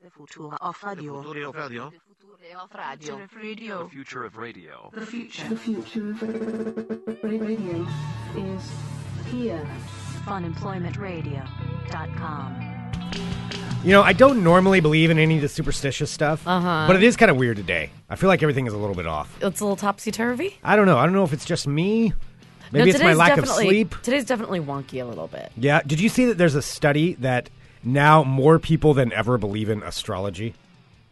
The future of radio. Future of radio. Future of radio. The future of radio. The future. The future of radio is here. Funemploymentradio.com. You know, I don't normally believe in any of the superstitious stuff, uh-huh. but it is kind of weird today. I feel like everything is a little bit off. It's a little topsy turvy. I don't know. I don't know if it's just me. Maybe it's my lack of sleep. Today's definitely wonky a little bit. Yeah. Did you see that there's a study that now more people than ever believe in astrology?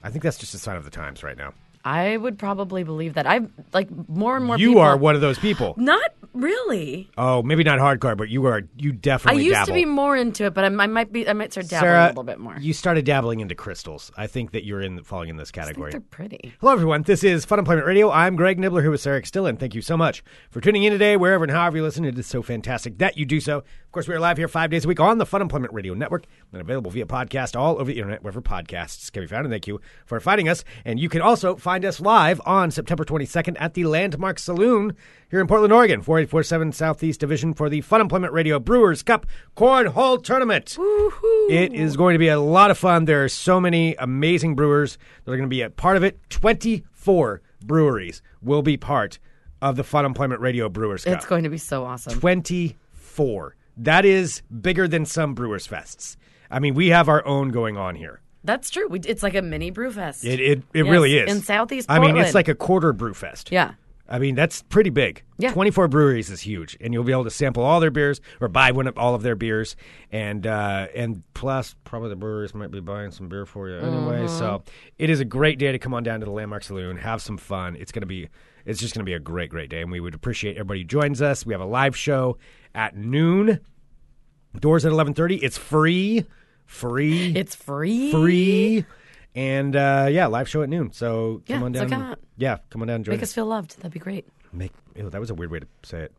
I think that's just a sign of the times right now. I would probably believe that. I like more and more. you people, are one of those people. Not really. Oh, maybe not hardcore, but you are. You I definitely used dabble. to be more into it, but I'm, I might be. I might start dabbling Sarah, a little bit more. You started dabbling into crystals. I think that you're in falling in this I think category. they're pretty. Hello, everyone. This is Fun Employment Radio. I'm Greg Nibbler here with Sarah Still, and thank you so much for tuning in today, wherever and however you listen. It is so fantastic that you do so. Of course, we are live here five days a week on the Fun Employment Radio Network and available via podcast all over the internet, wherever podcasts can be found. And thank you for finding us. And you can also find us live on September 22nd at the Landmark Saloon here in Portland, Oregon, 4847 Southeast Division for the Fun Employment Radio Brewers Cup Cornhole Tournament. It is going to be a lot of fun. There are so many amazing brewers that are going to be a part of it. 24 breweries will be part of the Fun Employment Radio Brewers Cup. It's going to be so awesome. 24. That is bigger than some brewers fests. I mean, we have our own going on here. That's true. We, it's like a mini brew fest. It it, it really Yes, is. in Southeast I mean, it's Portland. like a quarter brew fest. yeah. I mean, that's pretty big. Yeah. 24 breweries is huge, and you'll be able to sample all their beers or buy one of all of their beers. And uh, and plus, probably the breweries might be buying some beer for you anyway. Mm-hmm. So it is a great day to come on down to the Landmark Saloon, have some fun. It's going to be. It's just going to be a great, great day, and we would appreciate everybody who joins us. We have a live show at noon. Doors at eleven thirty. It's free, free, It's free. free, and uh, yeah, live show at noon. So Yeah, come on so down. come out. Yeah, come on down. And join Make us feel loved. That'd be great. Make ew, that was a weird way to say it.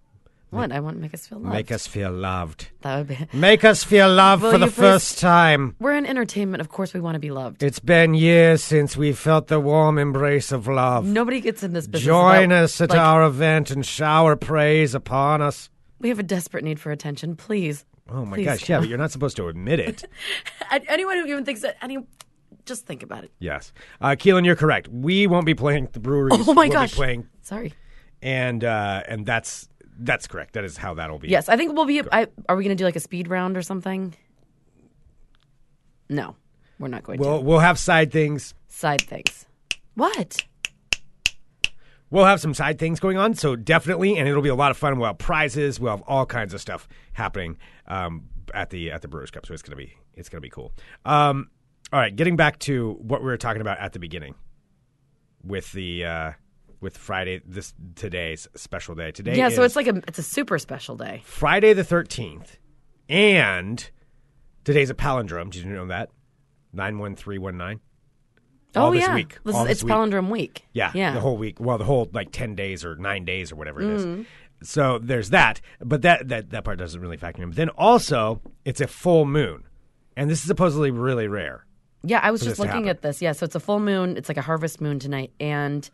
What? I want to make us feel loved. Make us feel loved. That would be. Make us feel loved Will for the you please- first time. We're in entertainment. Of course, we want to be loved. It's been years since we felt the warm embrace of love. Nobody gets in this business. Join without, us at like, our event and shower praise upon us. We have a desperate need for attention. Please. Oh my Please gosh! Yeah, but you're not supposed to admit it. A- Anyone who even thinks that, any, just think about it. yes, uh, Keelan, you're correct. We won't be playing the breweries. Oh my will gosh. Be playing Sorry. and uh, and that's that's correct. That is how that'll be. Yes, I think we'll be. I, are we going to do like a speed round or something? No, we're not going We'll to. we'll have side things. Side things. What? We'll have some side things going on, so definitely, and it'll be a lot of fun. We'll have prizes, we'll have all kinds of stuff happening um, at the at the Brewers Cup. So it's gonna be it's gonna be cool. Um, all right, getting back to what we were talking about at the beginning with the uh, with Friday this today's special day today. yeah, so is it's like a it's a super special day. Friday the thirteenth, and today's a palindrome. Did you know that nine one three one nine? All oh this yeah, week. This All is, this it's week. palindrome week. Yeah, yeah. the whole week. Well, the whole like ten days or nine days or whatever it is. Mm. So there's that, but that that that part doesn't really factor in. But then also, it's a full moon, and this is supposedly really rare. yeah, I was this just to happen. looking at this. Yeah, so it's a full moon. It's like a harvest moon tonight, and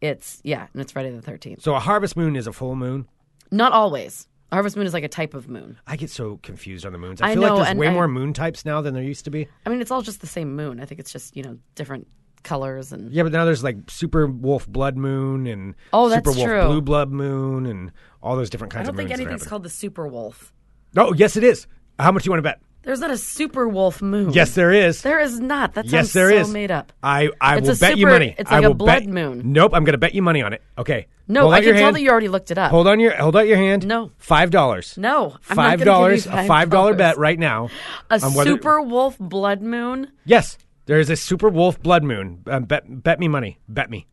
it's yeah, and it's Friday the thirteenth. So a harvest moon is a full moon. Not always. A harvest moon is like a type of moon. I get so confused on the moons. I I feel know, like there's and way I- more moon types now than there used to be. I mean, it's all just the same moon. I think it's just you know different colors and Yeah, but now there's like super wolf blood moon and Oh, super that's wolf true. blue blood moon and all those different I kinds don't of moons. think that anything's happen. called the super wolf. Oh, yes, it is. How much do you want to bet? There's not a super wolf moon. Yes, there is. There is not. That sounds Yes, there so is. Uh, made up. I, I It's will a bet you super- money. it's I like a will blood bet- moon. Nope, I'm going to bet you money on it. Okay. No, Hold I out can your tell hand. that you already looked it up. Hold on your hold out your hand. No. five dollars. No, I'm not gonna five give you dollars. A $5. five dollar bet right now. a on whether- super wolf blood moon. Yes, there is a super wolf blood moon. Uh, bet bet me money. Bet me.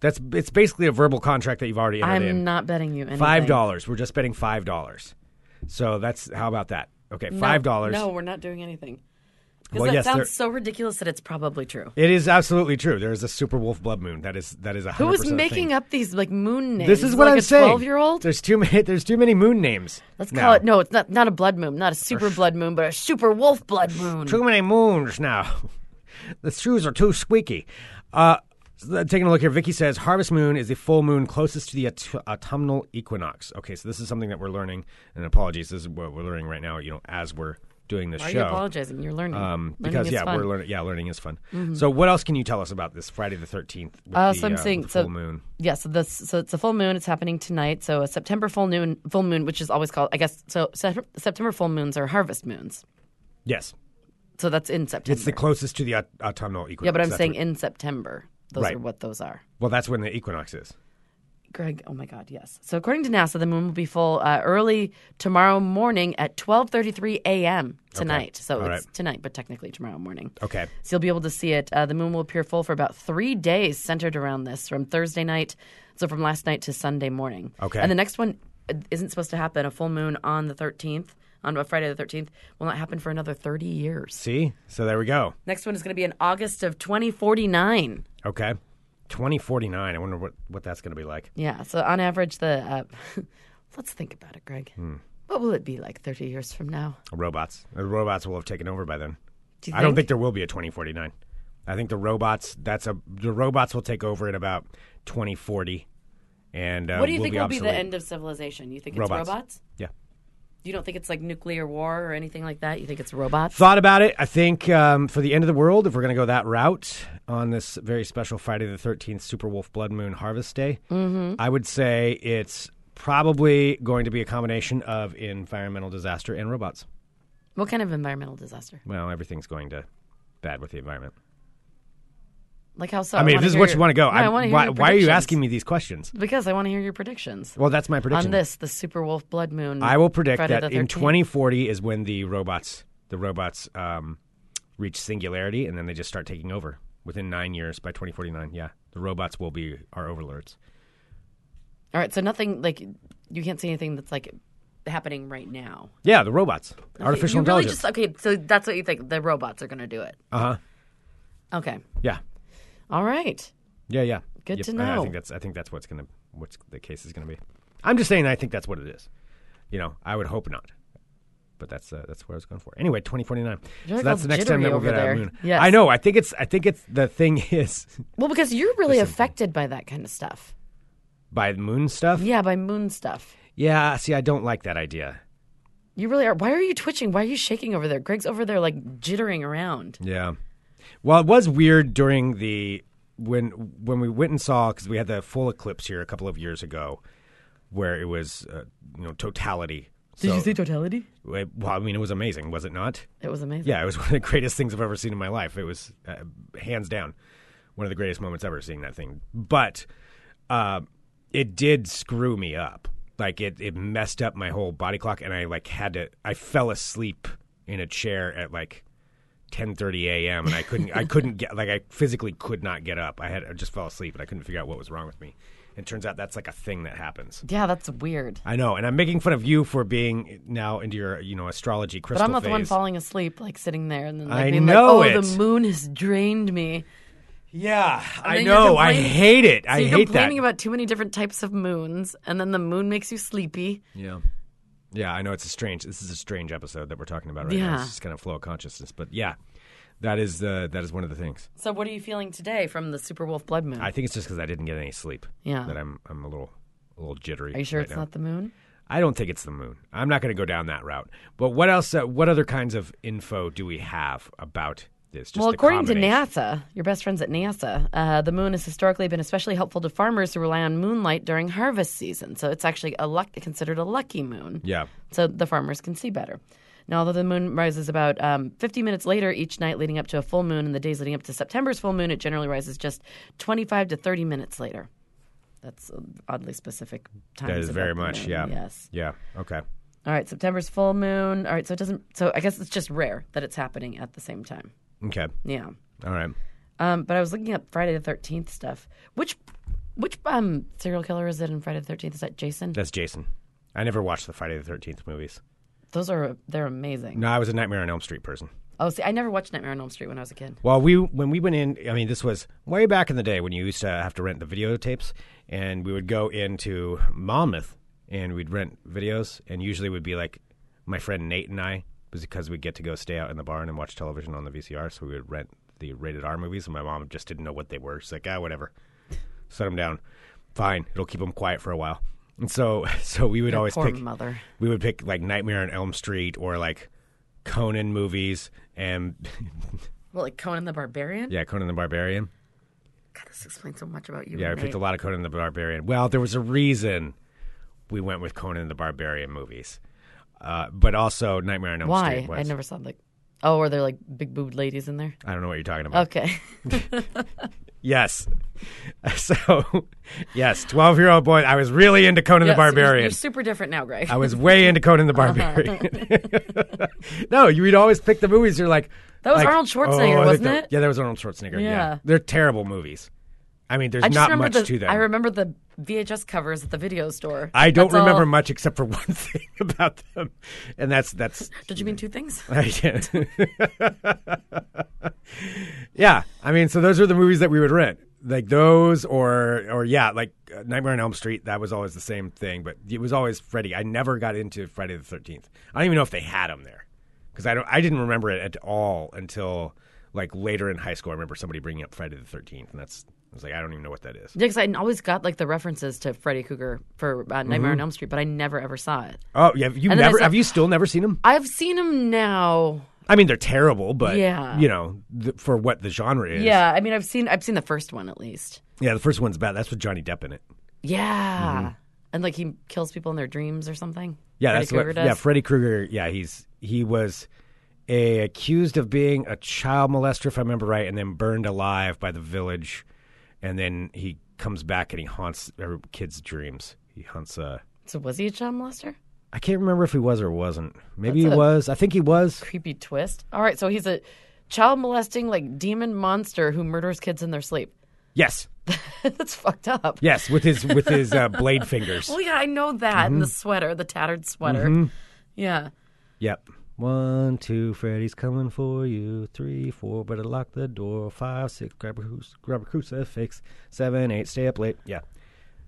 That's it's basically a verbal contract that you've already entered I'm in. not betting you anything. five dollars. We're just betting five dollars. So that's how about that? Okay, five dollars. No, we're not doing anything. Because Well, that yes, sounds there- so ridiculous that it's probably true. It is absolutely true. There is a super wolf blood moon. That is that is a Who is making up these like moon names? This is what like I'm a saying. Twelve-year-old. There's too many. There's too many moon names. Let's now. call it. No, it's not. Not a blood moon. Not a super blood moon, but a super wolf blood moon. Too many moons now. the shoes are too squeaky. Uh, so, taking a look here, Vicky says harvest moon is the full moon closest to the aut- autumnal equinox. Okay, so this is something that we're learning. And apologies, this is what we're learning right now. You know, as we're doing this Why are show. you apologizing? You're learning. Um, Learning because is yeah, fun. Mm-hmm. we're learning. Yeah, learning is fun. So, what else can you tell us about this Friday the Thirteenth? Uh, the, so I'm uh, saying- the so- full moon. yeah, so this so it's a full moon. It's happening tonight. So a September full moon, full moon, which is always called, I guess. So Sep- September full moons are harvest moons. Yes, So that's in September. it's the closest to the aut- autumnal equinox. yeah, but I'm That's saying what- in September. Those Right. are what those are. well, that's when the equinox is. Greg, oh my God, yes. So according to NASA, the moon will be full uh, early tomorrow morning at 12:33 a.m. tonight. So All it's right. tonight, but technically tomorrow morning. Okay. So you'll be able to see it. Uh, the moon will appear full for about three days, centered around this, from Thursday night, so from last night to Sunday morning. Okay. And the next one uh, isn't supposed to happen. A full moon on the 13th, on a Friday the 13th, will not happen for another 30 years. See, so there we go. Next one is going to be in August of 2049. Okay, twenty forty nine. I wonder what what that's going to be like. Yeah. So on average, the uh, let's think about it, Greg. Hmm. What will it be like 30 years from now? Robots. The robots will have taken over by then. Do you I don't think there will be a 2049. I think the robots. That's a the robots will take over in about 2040. And uh, What do you we'll think be will obsolete. be the end of civilization? You think it's Robots. robots. Yeah. You don't think it's like nuclear war or anything like that? You think it's robots? Thought about it. I think um, for the end of the world, if we're going to go that route on this very special Friday the 13th Super Wolf Blood Moon Harvest Day, Mm-hmm. I would say it's probably going to be a combination of environmental disaster and robots. What kind of environmental disaster? Well, everything's going to bad with the environment. Like how so? I, mean, if Oh, wanna this is hear what your- you want to go, No, I, I'm- want to hear why, your why are you predictions. asking me these questions? Because I want to hear your predictions Well, that's my prediction. on this, the Super Wolf Blood Moon. I will predict Friday that the in 13th. 2040 is when the robots the robots um, reach singularity, and then they just start taking over within nine years. By 2049, yeah, the robots will be our overlords. All right, so nothing like you can't see anything that's like happening right now. Yeah, the robots, artificial you really intelligence. just okay. So that's what you think the robots are going to do it. Uh huh. Okay. Yeah, All right. yeah, yeah. Good to I- I know. think that's I think that's what's gonna what's the case is gonna be. I'm just saying I think that's what it is. You know, I would hope not. But that's uh, that's what I was going for. Anyway, 2049. You're so like that's all the next time jittery that we'll over get our there. moon. Yes. I know. I think it's I think it's the thing is Well, because you're really affected by that kind of stuff. by the moon stuff. Yeah, by moon stuff. Yeah, see, I don't like that idea. You really are. Why are you twitching? Why are you shaking over there? Greg's over there like jittering around. Yeah. Well, it was weird during the when when we went and saw because we had the full eclipse here a couple of years ago, where it was uh, you know totality. Did you see? totality? Well, I mean, it was amazing, was it not? It was amazing. Yeah, it was one of the greatest things I've ever seen in my life. It was uh, hands down one of the greatest moments ever seeing that thing. But uh, it did screw me up. Like it, it messed up my whole body clock, and I like had to. I fell asleep in a chair at like 10:30 a.m. and I couldn't. I couldn't get like I physically could not get up. I had I just fell asleep and I couldn't figure out what was wrong with me. It turns out that's like a thing that happens. Yeah, that's weird. I know, and I'm making fun of you for being now into your you know astrology But crystal. I'm not the one phase. falling asleep, like sitting there and then like I being know like, "Oh, it. the moon has drained me." Yeah, I then you're know. I complaining- hate it. So I you're hate that. complaining about too many different types of moons, and then the moon makes you sleepy. yeah, yeah. I know it's a strange. This is a strange episode that we're talking about right now. Yeah. It's just kind of flow of consciousness, but yeah, that is the that is one of the things. So what are you feeling today from the Super Wolf Blood Moon? I think it's just because I didn't get any sleep. Yeah. that I'm I'm a little a little jittery. are you sure it's not the moon? I don't think it's the moon. I'm not going to go down that route. But what else? Uh, what other kinds of info do we have about this? Just well, the according to combination. NASA, your best friends at NASA, uh, the moon has historically been especially helpful to farmers who rely on moonlight during harvest season. So it's actually a luck, considered a lucky moon. Yeah. So the farmers can see better. Now, although the moon rises about um, 50 minutes later each night leading up to a full moon and the days leading up to September's full moon, it generally rises just 25 to 30 minutes later. That's uh, oddly specific times. That is about very the much. moon. Yeah. Yes. Yeah. Okay. All right, September's full moon. All right, so it doesn't. So I guess it's just rare that it's happening at the same time. Okay. Yeah. All right. Um, but I was looking up Friday the Thirteenth stuff. Which, which um serial killer is it in Friday the Thirteenth? Is that Jason? That's Jason. I never watched the Friday the Thirteenth movies. Those are they're amazing. No, I was a Nightmare on Elm Street person. Oh, see, I never watched Nightmare on Elm Street when I was a kid. Well, we when we went in, I mean, this was way back in the day when you used to have to rent the videotapes, and we would go into Monmouth and we'd rent videos, and usually would be like my friend Nate and I, was because we'd get to go stay out in the barn and watch television on the VCR, so we would rent the rated R movies, and my mom just didn't know what they were. She's like, ah, whatever, set them down, fine, it'll keep them quiet for a while. And so, so we would always Poor pick mother. we would pick like Nightmare on Elm Street or like Conan movies and Well, like Conan the Barbarian. yeah, Conan the Barbarian. God, this explains so much about you. Yeah, I and picked a me. lot of Conan the Barbarian. Well, there was a reason we went with Conan the Barbarian movies, uh, but also Nightmare on Elm Why? Street I was. never saw like. Oh, are there like big boobed ladies in there? I don't know what you're talking about. Okay. Yes. So, yes, 12 year old boy. I was really into Conan Yeah, the so you're- Barbarian. you're super different now, Greg. I was way into Conan the Barbarian. no, you would always pick the movies. You're like Uh-huh. That was like, oh, Arnold Schwarzenegger, I think wasn't that- it? Yeah, that was Arnold Schwarzenegger. Yeah. Yeah. they're terrible movies. I mean, there's I just not much remember the, to them. I remember the VHS covers at the video store. I don't That's all. remember much except for one thing about them, and that's that's Did you mean two things? yeah. I mean, so those are the movies that we would rent, like those, or or yeah, like uh, Nightmare on Elm Street. That was always the same thing, but it was always Freddy. I never got into Friday the Thirteenth. I don't even know if they had them there because I don't. I didn't remember it at all until like later in high school. I remember somebody bringing up Friday the Thirteenth, and that's I was like, I don't even know what that is. Yeah, because I always got like the references to Freddy Krueger for uh, Mm-hmm. Nightmare on Elm Street, but I never ever saw it. Oh, yeah. You And then I never saw- have you still never seen them? I've seen him now. I mean, they're terrible, but Yeah. you know, th- for what the genre is. Yeah, I mean, I've seen I've seen the first one at least. Yeah, the first one's bad. That's with Johnny Depp in it. Yeah, and like he kills people in their dreams or something. Mm-hmm. Yeah, Freddy that's Krueger what. does. Yeah, Freddy Krueger. Yeah, he's he was a, accused of being a child molester, if I remember right, and then burned alive by the village, and then he comes back and he haunts every kids' dreams. He hunts Uh, so was he a child molester? I can't remember if he was or wasn't. Maybe That's he a- was. I think he was. Creepy twist. All right, so he's a child molesting like demon monster who murders kids in their sleep. Yes, that's fucked up. yes, with his with his uh, blade fingers. Well, yeah, I know that. Mm-hmm. And the sweater, the tattered sweater. Yeah. Yep. One, two, Freddy's coming for you. Three, four, better lock the door. Five, six, grab a, cruc- grab a crucifix. Seven, eight, stay up late. Yeah.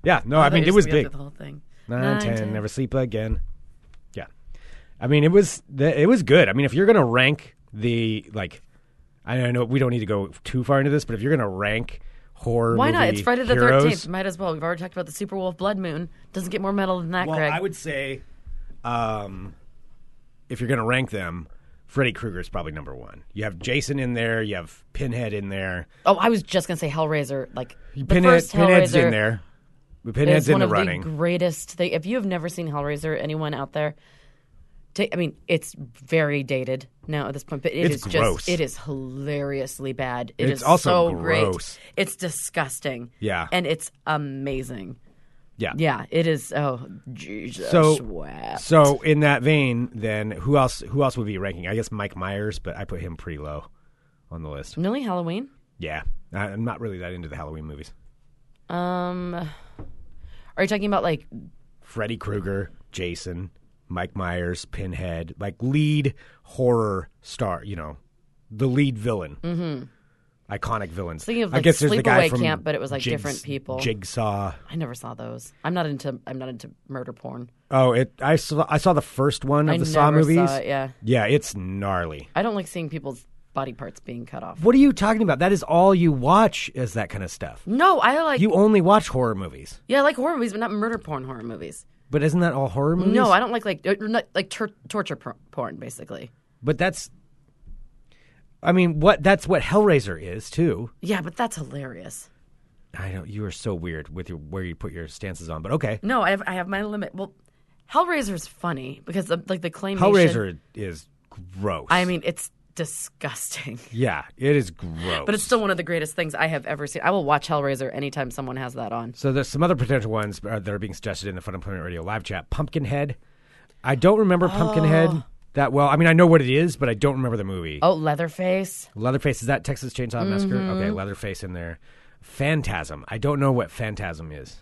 Yeah, no, I mean, it was big. The whole thing. Nine, ten, never sleep again. Yeah. I mean, it was th- it was good. I mean, if you're going to rank the, like, I I know we don't need to go too far into this, but if you're going to rank horror Why not? movie It's Friday the heroes- 13th. Might as well. We've already talked about the Super Wolf Blood Moon. Doesn't get more metal than that, Well, Greg. I would say, um, if you're going to rank them, Freddy Krueger is probably number one. You have Jason in there. You have Pinhead in there. oh, I was just going to say Hellraiser. Like, the Pinhead, first Pinhead's Hellraiser in there. But is Pinhead's in one the of running. the greatest thing. If you have never seen Hellraiser, anyone out there, take, I mean, it's very dated now at this point, but it It's is gross. just, it is hilariously bad. It It's is also so gross. great. It's disgusting. Yeah. And it's amazing. yeah. Yeah, it is. Oh, Jesus. So- wept. So in that vein, then who else? Who else would be ranking? I guess Mike Myers, but I put him pretty low on the list. Nearly Halloween. Yeah, I, I'm not really that into the Halloween movies. Um, are you talking about like? Freddy Krueger, Jason, Mike Myers, Pinhead, like lead horror star, you know, the lead villain. Mm-hmm. Iconic villains. Thinking of, I like, guess there's the guy Sleepaway from Camp, but it was, like, different people. Jigsaw. I never saw those. I'm not into. I'm not into murder porn. Oh, it. I saw. I saw the first one of I the Saw never movies. saw it, yeah. Yeah, it's gnarly. I don't like seeing people's body parts being cut off. What are you talking about? That is all you watch is that kind of stuff. No, I like. You only watch horror movies, yeah, I like horror movies, but not murder porn horror movies. but isn't that all horror movies? No, I don't like like uh, not, like tur- torture por- porn basically. But that's. I mean, what? That's what Hellraiser is too. Yeah, but that's hilarious. I know you are so weird with your where you put your stances on, but okay. No, I have I have my limit. Well, Hellraiser's funny because the, like the claymation. Hellraiser is gross. I mean, it's disgusting. yeah, it is gross. But it's still one of the greatest things I have ever seen. I will watch Hellraiser anytime someone has that on. so there's some other potential ones uh, that are being suggested in the Fun Employment Radio live chat. Pumpkinhead. I don't remember Oh. Pumpkinhead that well. I mean, I know what it is, but I don't remember the movie. Oh, Mm-hmm. Leatherface. Leatherface is that Texas Chainsaw Massacre? Okay, Leatherface in there. Phantasm. I don't know what Phantasm is.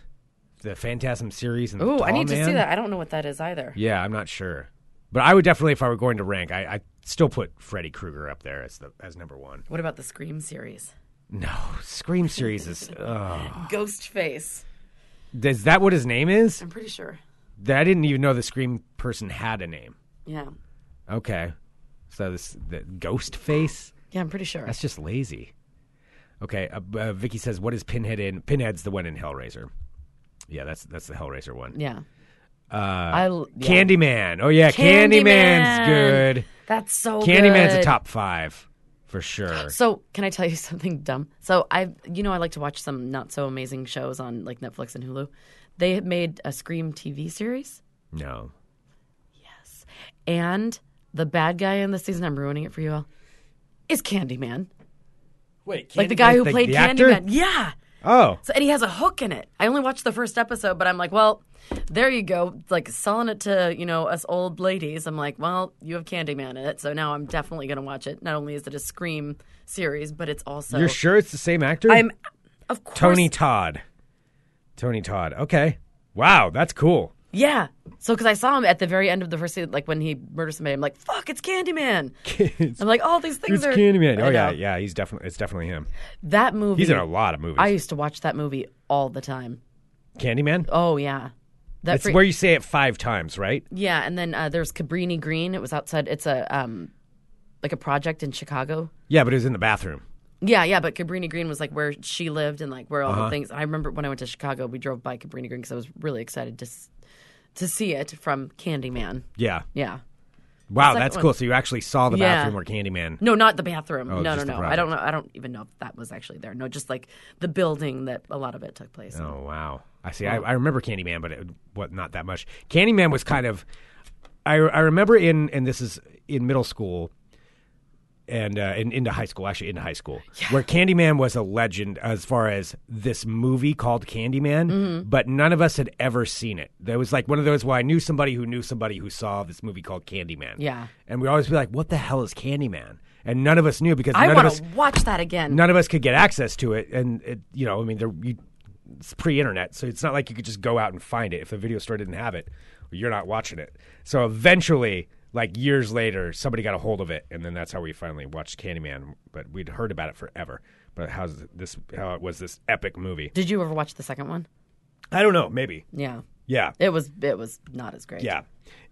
The Phantasm series and the Ooh, I Tall need to see Man? that. I don't know what that is either. Yeah, I'm not sure, but I would definitely, if I were going to rank, I, I still put Freddy Krueger up there as the as number one. What about the Scream series? No, Scream series is. ugh. Ghostface. Is that what his name is? I'm pretty sure. I didn't even know the Scream person had a name. Yeah. Okay, so this the ghost face. Yeah, I'm pretty sure. That's just lazy. Okay, uh, uh, Vicky says, "What is Pinhead in?" Pinhead's the one in Hellraiser. Yeah, that's that's the Hellraiser one. Yeah. Uh, I l- yeah. Candyman. Oh yeah, Candyman's Candyman. good. That's so Candyman's good. a top five for sure. So can I tell you something dumb? So I, you know, I like to watch some not so amazing shows on like Netflix and Hulu. They had made a Scream TV series, No, and the bad guy in the season. I'm ruining it for you all. Is Candyman wait, like the guy who played the actor? Candyman? Yeah. Oh, So and he has a hook in it. I only watched the first episode, but I'm like, well, there you go, like selling it to you know us old ladies. I'm like, well, you have Candyman in it, so now I'm definitely gonna watch it. Not only is it a Scream series, but it's also you're sure it's the same actor? I'm of course Tony Todd. Tony Todd. Okay. Wow, that's cool. Yeah. So, because I saw him at the very end of the first season, like when he murders somebody, I'm like, fuck, it's Candyman. it's I'm like, all these things it's are. Candyman. I Oh yeah, know. yeah. He's definitely it's definitely him. That movie. He's in a lot of movies. I used to watch that movie all the time. Candyman. Oh, yeah. That That's fre- where you say it five times, right? Yeah. And then uh, there's Cabrini Green. It was outside. It's a, um, like a project in Chicago. Yeah, but it was in the bathroom. Yeah, yeah, but Cabrini Green was like where she lived and like where all Uh-huh. the things. I remember when I went to Chicago, we drove by Cabrini Green because I was really excited to s- to see it from Candyman. Yeah. Yeah, Wow, like that's when- cool. So you actually saw the Yeah. bathroom where Candyman. No, not the bathroom. no, no, Oh, just the no. I don't know. I don't even know if that was actually there. No, just like the building that a lot of it took place. in. Oh wow. I see. I, I remember Candyman, but it, what? Not that much. Candyman was kind of. I I remember in and this is in middle school. And uh, in, into high school, actually into high school, where Candyman was a legend as far as this movie called Candyman, Mm-hmm. but none of us had ever seen it. There was like one of those where I knew somebody who knew somebody who saw this movie called Candyman. Yeah. and we always be like, "What the hell is Candyman?" And none of us knew because I none of want us to watch that again. none of us could get access to it, and it, you know, I mean, there, you, it's pre-internet, so it's not like you could just go out and find it. If the video store didn't have it, you're not watching it. So eventually, like years later, somebody got a hold of it, and then that's how we finally watched Candyman. But we'd heard about it forever. But how's this? How it was this epic movie? Did you ever watch the second one? I don't know. Maybe. Yeah, Yeah. it was. It was not as great. Yeah.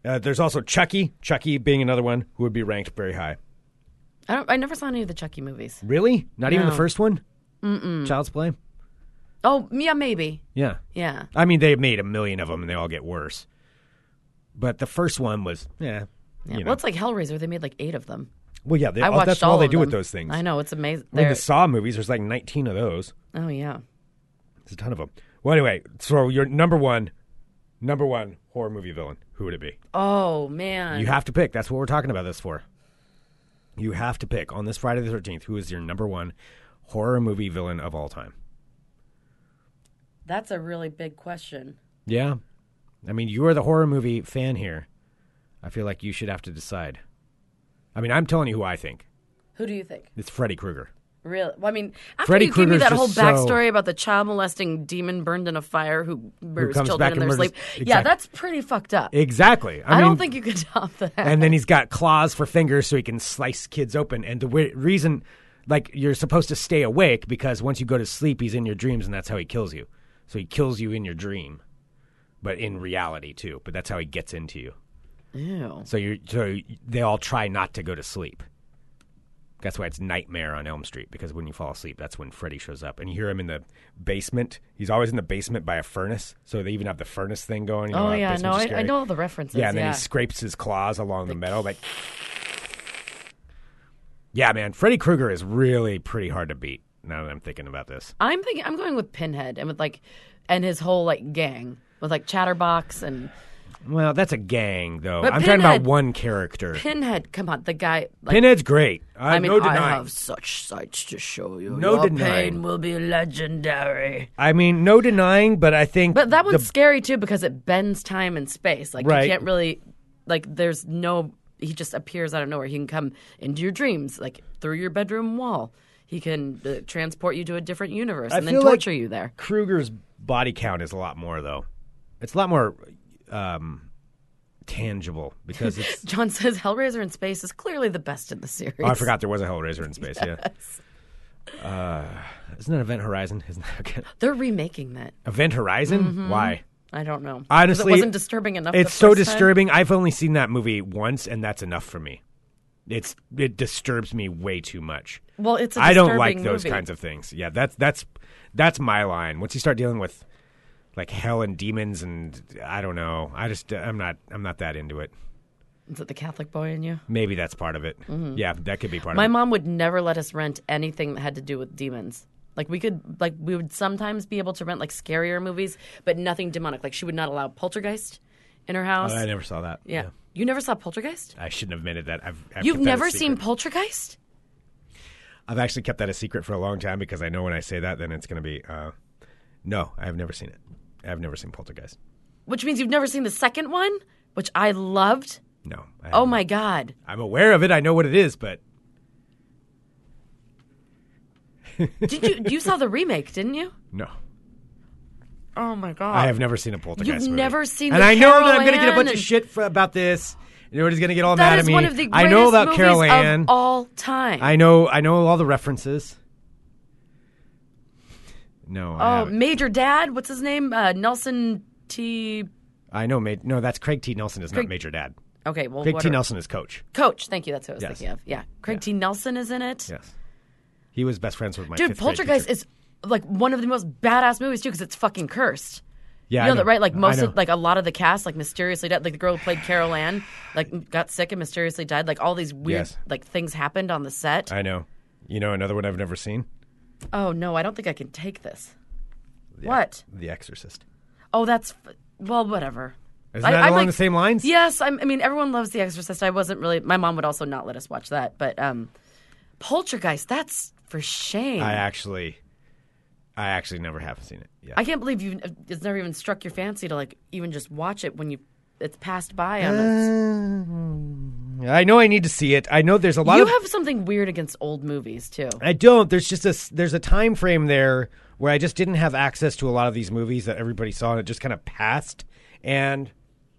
Uh, there's also Chucky. Chucky being another one who would be ranked very high. I don't. I never saw any of the Chucky movies. Really? Not even the No. first one? Mm-mm. Child's Play? Oh, yeah, maybe. Yeah. Yeah. I mean, they made a million of them, and they all get worse. But the first one was, yeah, yeah. you know. Well, it's like Hellraiser. They made like eight of them. well, yeah, they, I all- watched that's all all they of do with them. those things. I know it's amazing. I mean, They're- the Saw movies, there's like 19 of those. oh yeah. There's a ton of them. Well, anyway, so your number one, number one horror movie villain, who would it be? Oh man. You have to pick. That's what we're talking about this for. You have to pick on this Friday the 13th, who is your number one horror movie villain of all time? That's a really big question. Yeah. I mean, you are the horror movie fan here. I feel like you should have to decide. I mean, I'm telling you who I think. Who do you think? It's Freddy Krueger. Really? Well, I mean, after Freddy you give me Krueger's that whole just so- backstory about the child molesting demon burned in a fire who murders comes back children in and their murders- sleep, yeah, Exactly. that's pretty fucked up. Exactly. I, I, mean, don't think you could top that. And then he's got claws for fingers so he can slice kids open. And the w- reason, like, you're supposed to stay awake because once you go to sleep, he's in your dreams, and that's how he kills you. So he kills you in your dream, but in reality too. But that's how he gets into you. Ew. So you, so they all try not to go to sleep. That's why it's nightmare on Elm Street because when you fall asleep, that's when Freddy shows up, and you hear him in the basement. He's always in the basement by a furnace, so they even have the furnace thing going. You know, Oh how yeah, basements no, are I, I scary. know all the references. Yeah, Yeah, and then he scrapes his claws along the metal. Like, yeah, man, Freddy Krueger is really pretty hard to beat. Now that I'm thinking about this, I'm thinking I'm going with Pinhead and with like, and his whole like gang with like Chatterbox and well, that's a gang though. But I'm talking Pinhead- about one character. Pinhead. Come on, the guy. Like, Pinhead's great. I, I mean, no I denying. have such sights to show you. No Your denying. pain will be legendary. I mean, no denying, but I think. But that the- one's scary too because it bends time and space. Like Right. you can't really like there's no he just appears out of nowhere. He can come into your dreams like through your bedroom wall. He can uh, transport you to a different universe I and then feel like- torture you there. Krueger's body count is a lot more though. It's a lot more um, tangible because it's. John says Hellraiser in space is clearly the best in the series. Oh, I forgot there was a Hellraiser in space. Yeah. Uh, isn't that Event Horizon? Isn't that okay? They're remaking that. Event Horizon? Why? I don't know. 'Cause Honestly, it wasn't disturbing enough. Mm-hmm. the It's so first time. disturbing. I've only seen that movie once, and that's enough for me. It's it disturbs me way too much. Well, it's. A I don't like those movie. kinds of things. Yeah, that's that's that's my line. Once you start dealing with like hell and demons and I don't know. I just I'm not I'm not that into it. Is it the Catholic boy in you? Maybe that's part of it. Yeah, that could be part Mm-hmm. My of it. mom would never let us rent anything that had to do with demons. Like we could, like we would sometimes be able to rent like scarier movies, but nothing demonic. Like she would not allow Poltergeist in her house. Oh, I never saw that. yeah. you never saw Poltergeist? I shouldn't have admitted that. I've, I've You've kept that a never seen secret. Poltergeist? I've actually kept that a secret for a long time because I know when I say that, then it's going to be. Uh, no, I have never seen it. I've never seen Poltergeist. Which means you've never seen the second one, which I loved. No. I Oh haven't. my god! I'm aware of it. I know what it is, but Did you you saw the remake, didn't you? no. Oh my god! I have never seen a Poltergeist. You've movie. never seen And the I know that I'm Carol going to get a bunch Ann of and- shit for, about this. Everybody's going to get all That mad is at me. one of the greatest I know about movies Carol Ann. of all time. I know. I know all the references. No. I oh, haven't. Major Dad, what's his name? Uh, Nelson T. I know. Ma- no, that's Craig T. Nelson is Craig- not Major Dad. Okay, well, Craig T. whatever. Nelson is coach. Coach, thank you. That's what I was Yes. thinking of. Yeah, Craig T. Nelson is in it. Yes. He was best friends with my Dude, fifth grade Poltergeist teacher. is like one of the most badass movies too because it's fucking cursed. Yeah, you know, I that right? Like I most know. of like a lot of the cast like mysteriously died. Like the girl who played Carol Ann like m- got sick and mysteriously died. Like all these weird Yes. like things happened on the set. I know. You know another one I've never seen? oh no, I don't think I can take this. What? The Exorcist. Oh, that's f- well, whatever. Isn't that I'm along like- the same lines? Yes, I'm, I mean everyone loves The Exorcist. I wasn't really. My mom would also not let us watch that, but um, Poltergeist. That's for shame. I actually, I actually never have seen it. Yeah. I can't believe you. It's never even struck your fancy to like even just watch it when you. It's passed by on. Uh, a- I know I need to see it. I know there's a lot you of. have something weird against old movies too. I don't. There's just a s- there's a time frame there where I just didn't have access to a lot of these movies that everybody saw, and it just kind of passed. And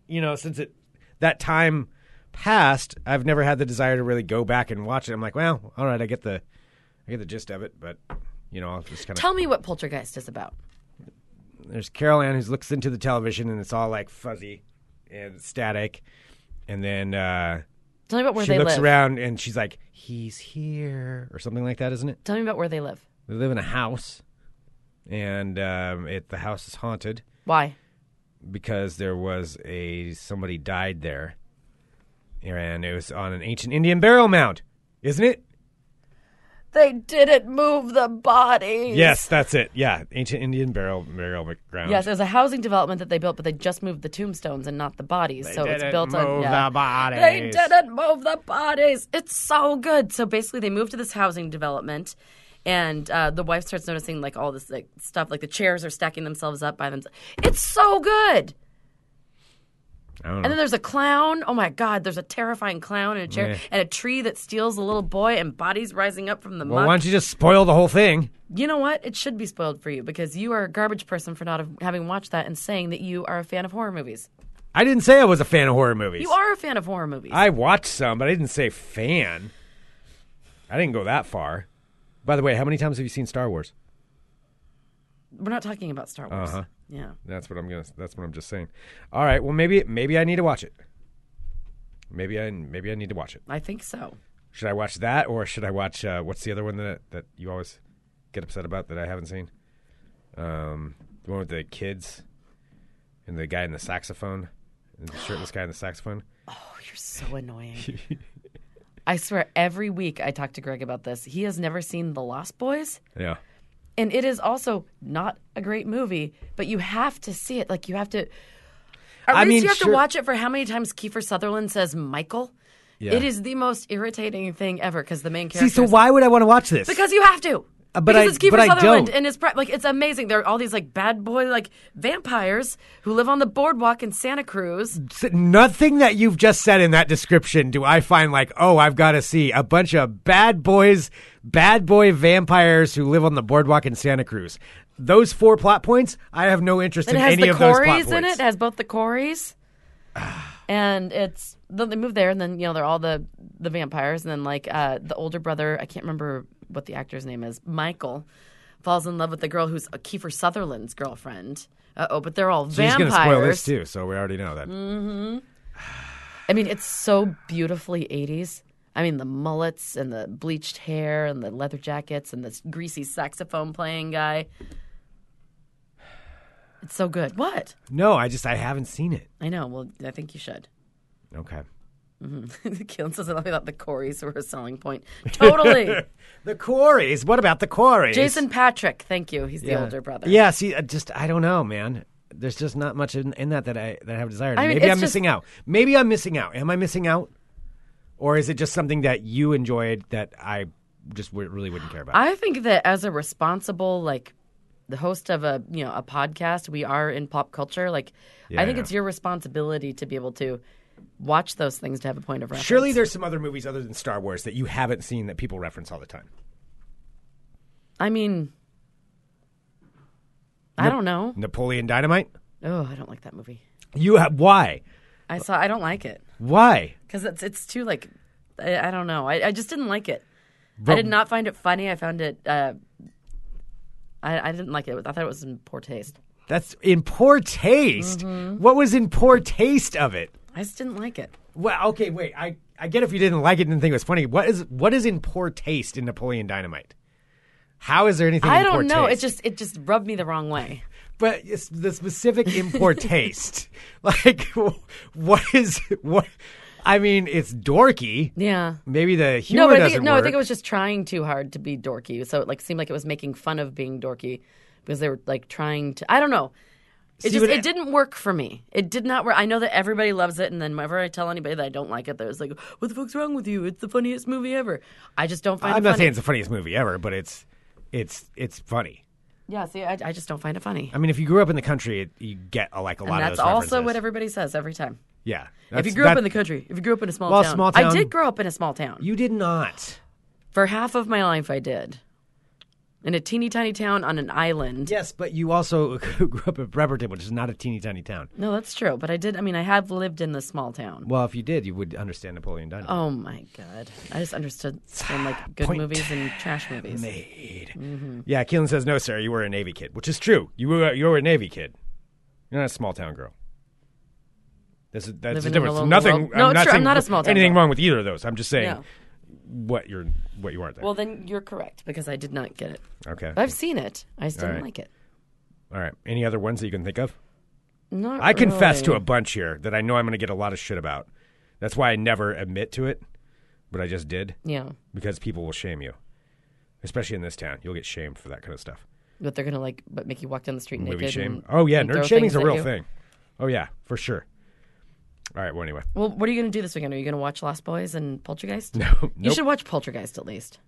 you know, since it that time passed, I've never had the desire to really go back and watch it. I'm like, well, all right, I get the I get the gist of it, but you know, I'll just kind of Tell me what Poltergeist is about. there's Carol Ann who looks into the television and it's all like fuzzy and static, and then uh, Tell me about where she they looks live. around and she's like, "He's here" or something like that, isn't it? Tell me about where they live. They live in a house, and um, it the house is haunted Why? because there was a somebody died there, and it was on an ancient Indian burial mound, isn't it? They didn't move the body. Yes, that's it. Yeah, ancient Indian burial burial ground. Yes, it was a housing development that they built, but they just moved the tombstones and not the bodies. so it's Didn't built on. move yeah. the bodies. They didn't move the bodies. It's so good. So basically, they moved to this housing development, and uh, the wife starts noticing like all this like stuff, like the chairs are stacking themselves up by themselves. It's so good. I don't And know. then there's a clown. Oh my God! There's a terrifying clown in a chair Yeah. and a tree that steals a little boy and bodies rising up from the Well, muck. why don't you just spoil the whole thing? You know what? It should be spoiled for you because you are a garbage person for not have- having watched that and saying that you are a fan of horror movies. I didn't say I was a fan of horror movies. You are a fan of horror movies. I watched some, but I didn't say fan. I didn't go that far. By the way, how many times have you seen Star Wars? We're not talking about Star Wars. Uh-huh. Yeah. That's what I'm gonna. That's what I'm just saying. All right. Well, maybe maybe I need to watch it. Maybe I maybe I need to watch it. I think so. Should I watch that or should I watch uh, what's the other one that that you always get upset about that I haven't seen? Um, the one with the kids and the guy in the saxophone, and the shirtless guy in the saxophone. You're so annoying. I swear, every week I talk to Greg about this. He has never seen The Lost Boys, Yeah. and it is also not a great movie, but you have to see it. Like, you have to. At I least mean, you have sure- to watch it for how many times Kiefer Sutherland says Michael. Yeah. It is the most irritating thing ever because the main character. See, so why would I want to watch this? Because you have to. Uh, but because I- it's Kiefer but I Sutherland, don't. and it's pri- like it's amazing. There are all these like bad boy like vampires who live on the boardwalk in Santa Cruz. S- nothing that you've just said in that description do I find like, oh, I've got to see a bunch of bad boys, bad boy vampires who live on the boardwalk in Santa Cruz. Those four plot points, I have no interest And in it has any the of those plot Corys points. in it. It has both the Corys, and it's then they move there, and then you know they're all the the vampires, and then like uh, the older brother, I can't remember what the actor's name is, Michael, falls in love with the girl who's a Kiefer Sutherland's girlfriend. Uh oh, but they're all She's vampires. Mm. gonna spoil this too, so we already know that. I mean, it's so beautifully 80s. I mean, the mullets and the bleached hair and the leather jackets and this greasy saxophone playing guy. It's so good. What? No, I just I haven't seen it. I know. Well, I think you should. Okay. Keelan says, I thought the Corys were a selling point. Totally. The quarries. What about the quarries? Jason Patrick. Thank you. He's the older brother. Yeah. See, I just I don't know, man. There's just not much in, in that that I that I have desired. I mean, Maybe it's I'm just- missing out. Maybe I'm missing out. Am I missing out? Or is it just something that you enjoyed that I just w- really wouldn't care about? I think that as a responsible, like, the host of a you know a podcast, we are in pop culture. Like, I think Yeah. it's your responsibility to be able to watch those things to have a point of reference. Surely there's some other movies other than Star Wars that you haven't seen that people reference all the time. I mean, I don't know. Napoleon Dynamite. Oh, I don't like that movie. You have why? I saw. I don't like it Why? because it's it's too like. I, I don't know. I, I just didn't like it. I But- did not find it funny. I found it. Uh, I I didn't like it. I thought it was in poor taste. That's in poor taste. Mm-hmm. What was in poor taste of it? I just didn't like it. Well, okay, wait. I, I get if you didn't like it and think it was funny. What is what is in poor taste in Napoleon Dynamite? How is there anything? I in poor don't know. Taste? It just it just rubbed me the wrong way. but it's the specific in poor taste. Like, what is what? I mean, it's dorky. Yeah. Maybe the humor No, but I doesn't think, no, work. I think it was just trying too hard to be dorky. So it like seemed like it was making fun of being dorky because they were like trying to. I don't know. It See, just what it I- didn't work for me. It did not work. I know that everybody loves it, and then whenever I tell anybody that I don't like it, they're just like, "What the fuck's wrong with you? It's the funniest movie ever." I just don't find. I'm it not funny. saying it's the funniest movie ever, but it's it's it's funny. Yeah, see, I, I just don't find it funny, I mean, if you grew up in the country, it, you get uh, like a lot and that's of those also references. what everybody says every time. Yeah. if you That's- grew up that- in the country, if you grew up in a small Well, town, small I town- did grow up in a small town. you did not. For half of my life, I did. In a teeny tiny town on an island. Yes, but you also grew up in Bremerton, which is not a teeny tiny town. No, that's true. But I did. I mean, I have lived in this small town. Well, if you did, you would understand Napoleon Dynamite. Oh my god! I just understood from like good Point movies and trash movies. Made. Mm-hmm. Yeah, Keelan says no, Sarah. You were a Navy kid, which is true. You were you were a Navy kid. You're not a small town girl. That's a, that's the Living in a difference. lonely Nothing. world. No, I'm it's not true. I'm saying not a small town Anything girl. wrong with either of those? I'm just saying No. what you're what you are. There. Well, then you're correct because I did not get it. okay. But I've seen it. I just All didn't right. like it. All right. Any other ones that you can think of? Not I confess to really. a bunch here that I know I'm going to get a lot of shit about. That's why I never admit to it, but I just did Yeah, because people will shame you, especially in this town. You'll get shamed for that kind of stuff. but they're gonna like, but make you walk down the street Movie naked. shame. and- Oh yeah, and throw nerd shaming's things a at real you. thing. Oh yeah, for sure. All right. Well, anyway, Well, what are you gonna do this weekend? Are you gonna watch Lost Boys and Poltergeist? no, You nope. should watch Poltergeist at least.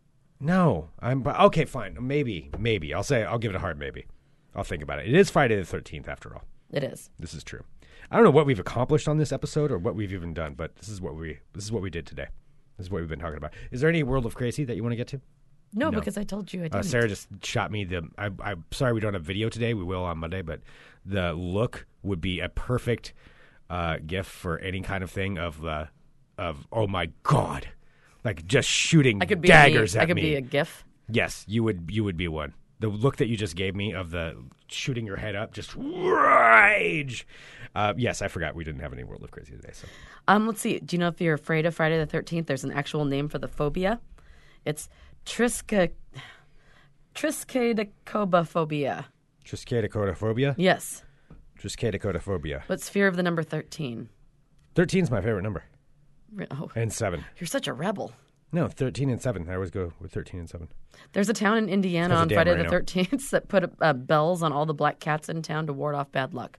no. I'm but okay. Fine. Maybe, maybe. I'll say I'll give it a hard maybe. I'll think about it. It is Friday the thirteenth, after all. It is. This is true. I don't know what we've accomplished on this episode or what we've even done, but this is what we this is what we did today. This is what we've been talking about. Is there any World of Crazy that you want to get to? No, because I told you I didn't. Uh, Sarah just shot me the. I, I'm sorry we don't have video today. We will on Monday, but the look would be a perfect uh, gift for any kind of thing of uh, of oh my god, like just shooting I could be daggers a, at I could me. be a GIF. Yes, you would. You would be one. The look that you just gave me of the shooting your head up, just rage. Uh, yes, I forgot we didn't have any World of Crazy today. So Um, let's see. Do you know if you're afraid of Friday the Thirteenth? There's an actual name for the phobia. It's trisca triskaidekabophobia. triskaidekaphobia. Yes, Triskaidekaphobia. what's fear of the number thirteen? Thirteen's my favorite number, Re- Oh, and seven. you're such a rebel. No, thirteen and seven. I always go with thirteen and seven. There's a town in Indiana As a on Dan Friday the Marino. Thirteenth that put uh, bells on all the black cats in town to ward off bad luck.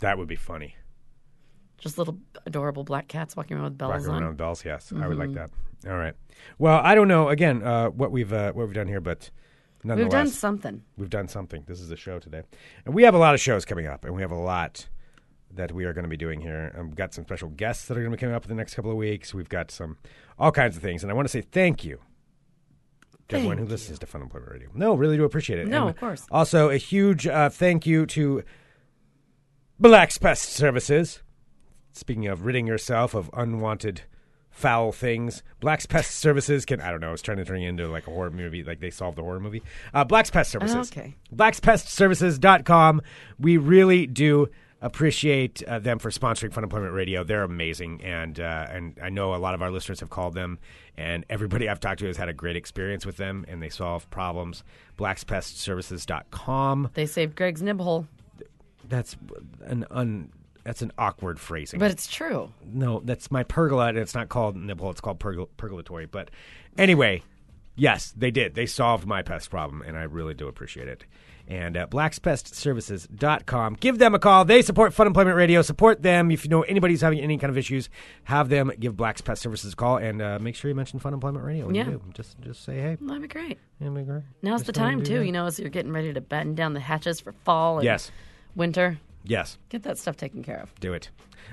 That would be funny. Just little adorable black cats walking around with bells Rocking on. Mm-hmm. around bells, yes, I would like that. All right. Well, I don't know. Again, uh, what we've uh, what we've done here, but nonetheless, We've done something. we've done something. This is a show today, and we have a lot of shows coming up, and we have a lot that we are going to be doing here. And we've got some special guests that are going to be coming up in the next couple of weeks. We've got some all kinds of things, and I want to say thank you. To everyone who listens to Fun Employment Radio. No, really do appreciate it. No, And of course. Also, a huge uh, thank you to Black's Pest Services. Speaking of ridding yourself of unwanted foul things, Black's Pest Services can. I don't know. I was trying to turn it into like a horror movie, like they solved the horror movie. Uh, Black's Pest Services. okay. Black'sPestServices.com. We really do appreciate uh, them for sponsoring Fun Employment Radio. They're amazing, and uh, and I know a lot of our listeners have called them, and everybody I've talked to has had a great experience with them, and they solve problems. Black'sPestServices.com. They saved Greg's nibhole. That's an un. That's an awkward phrasing. But it's true. no, that's my pergola, and it's not called nipple; it's called pergol- pergolatory. But anyway, yes, they did. They solved my pest problem, and I really do appreciate it. And uh, blackspestservices.com. Give them a call. They support Fun Employment Radio. Support them. If you know anybody's having any kind of issues, have them give Black's Pest Services a call and uh, make sure you mention Fun Employment Radio. when you Yeah. do. Just, just say, hey, That'd be great. yeah, we agree. Now's Just the tell them do time too. that. You know, as you're getting ready to batten down the hatches for fall and Yes. winter, Yes. get that stuff taken care of. Do it.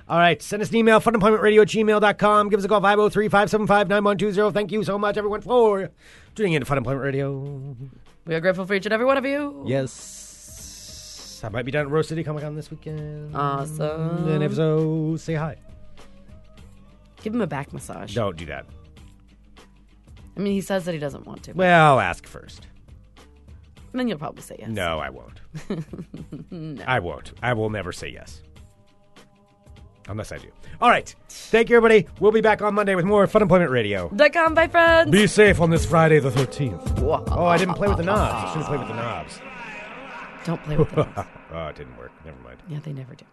All right. Send us an email, funemploymentradio at gmail.com. Give us a call, 503 575 9120. Thank you so much, everyone, for tuning in to Fun Employment Radio. We are grateful for each and every one of you. Yes. I might be down at Rose City Comic Con this weekend. Awesome. and if so, say hi. Give him a back massage. Don't do that. I mean, he says that he doesn't want to. But Well, ask first. then you'll probably say yes. No, I won't. I won't. I will never say yes. Unless I do. All right. Thank you, everybody. We'll be back on Monday with more Fun Employment Radio. Dot com, bye, friends. Be safe on this Friday the 13th. Oh, I didn't play with the knobs. I should have played with the knobs. Don't play with them. Oh, it didn't work. Never mind. yeah, they never do.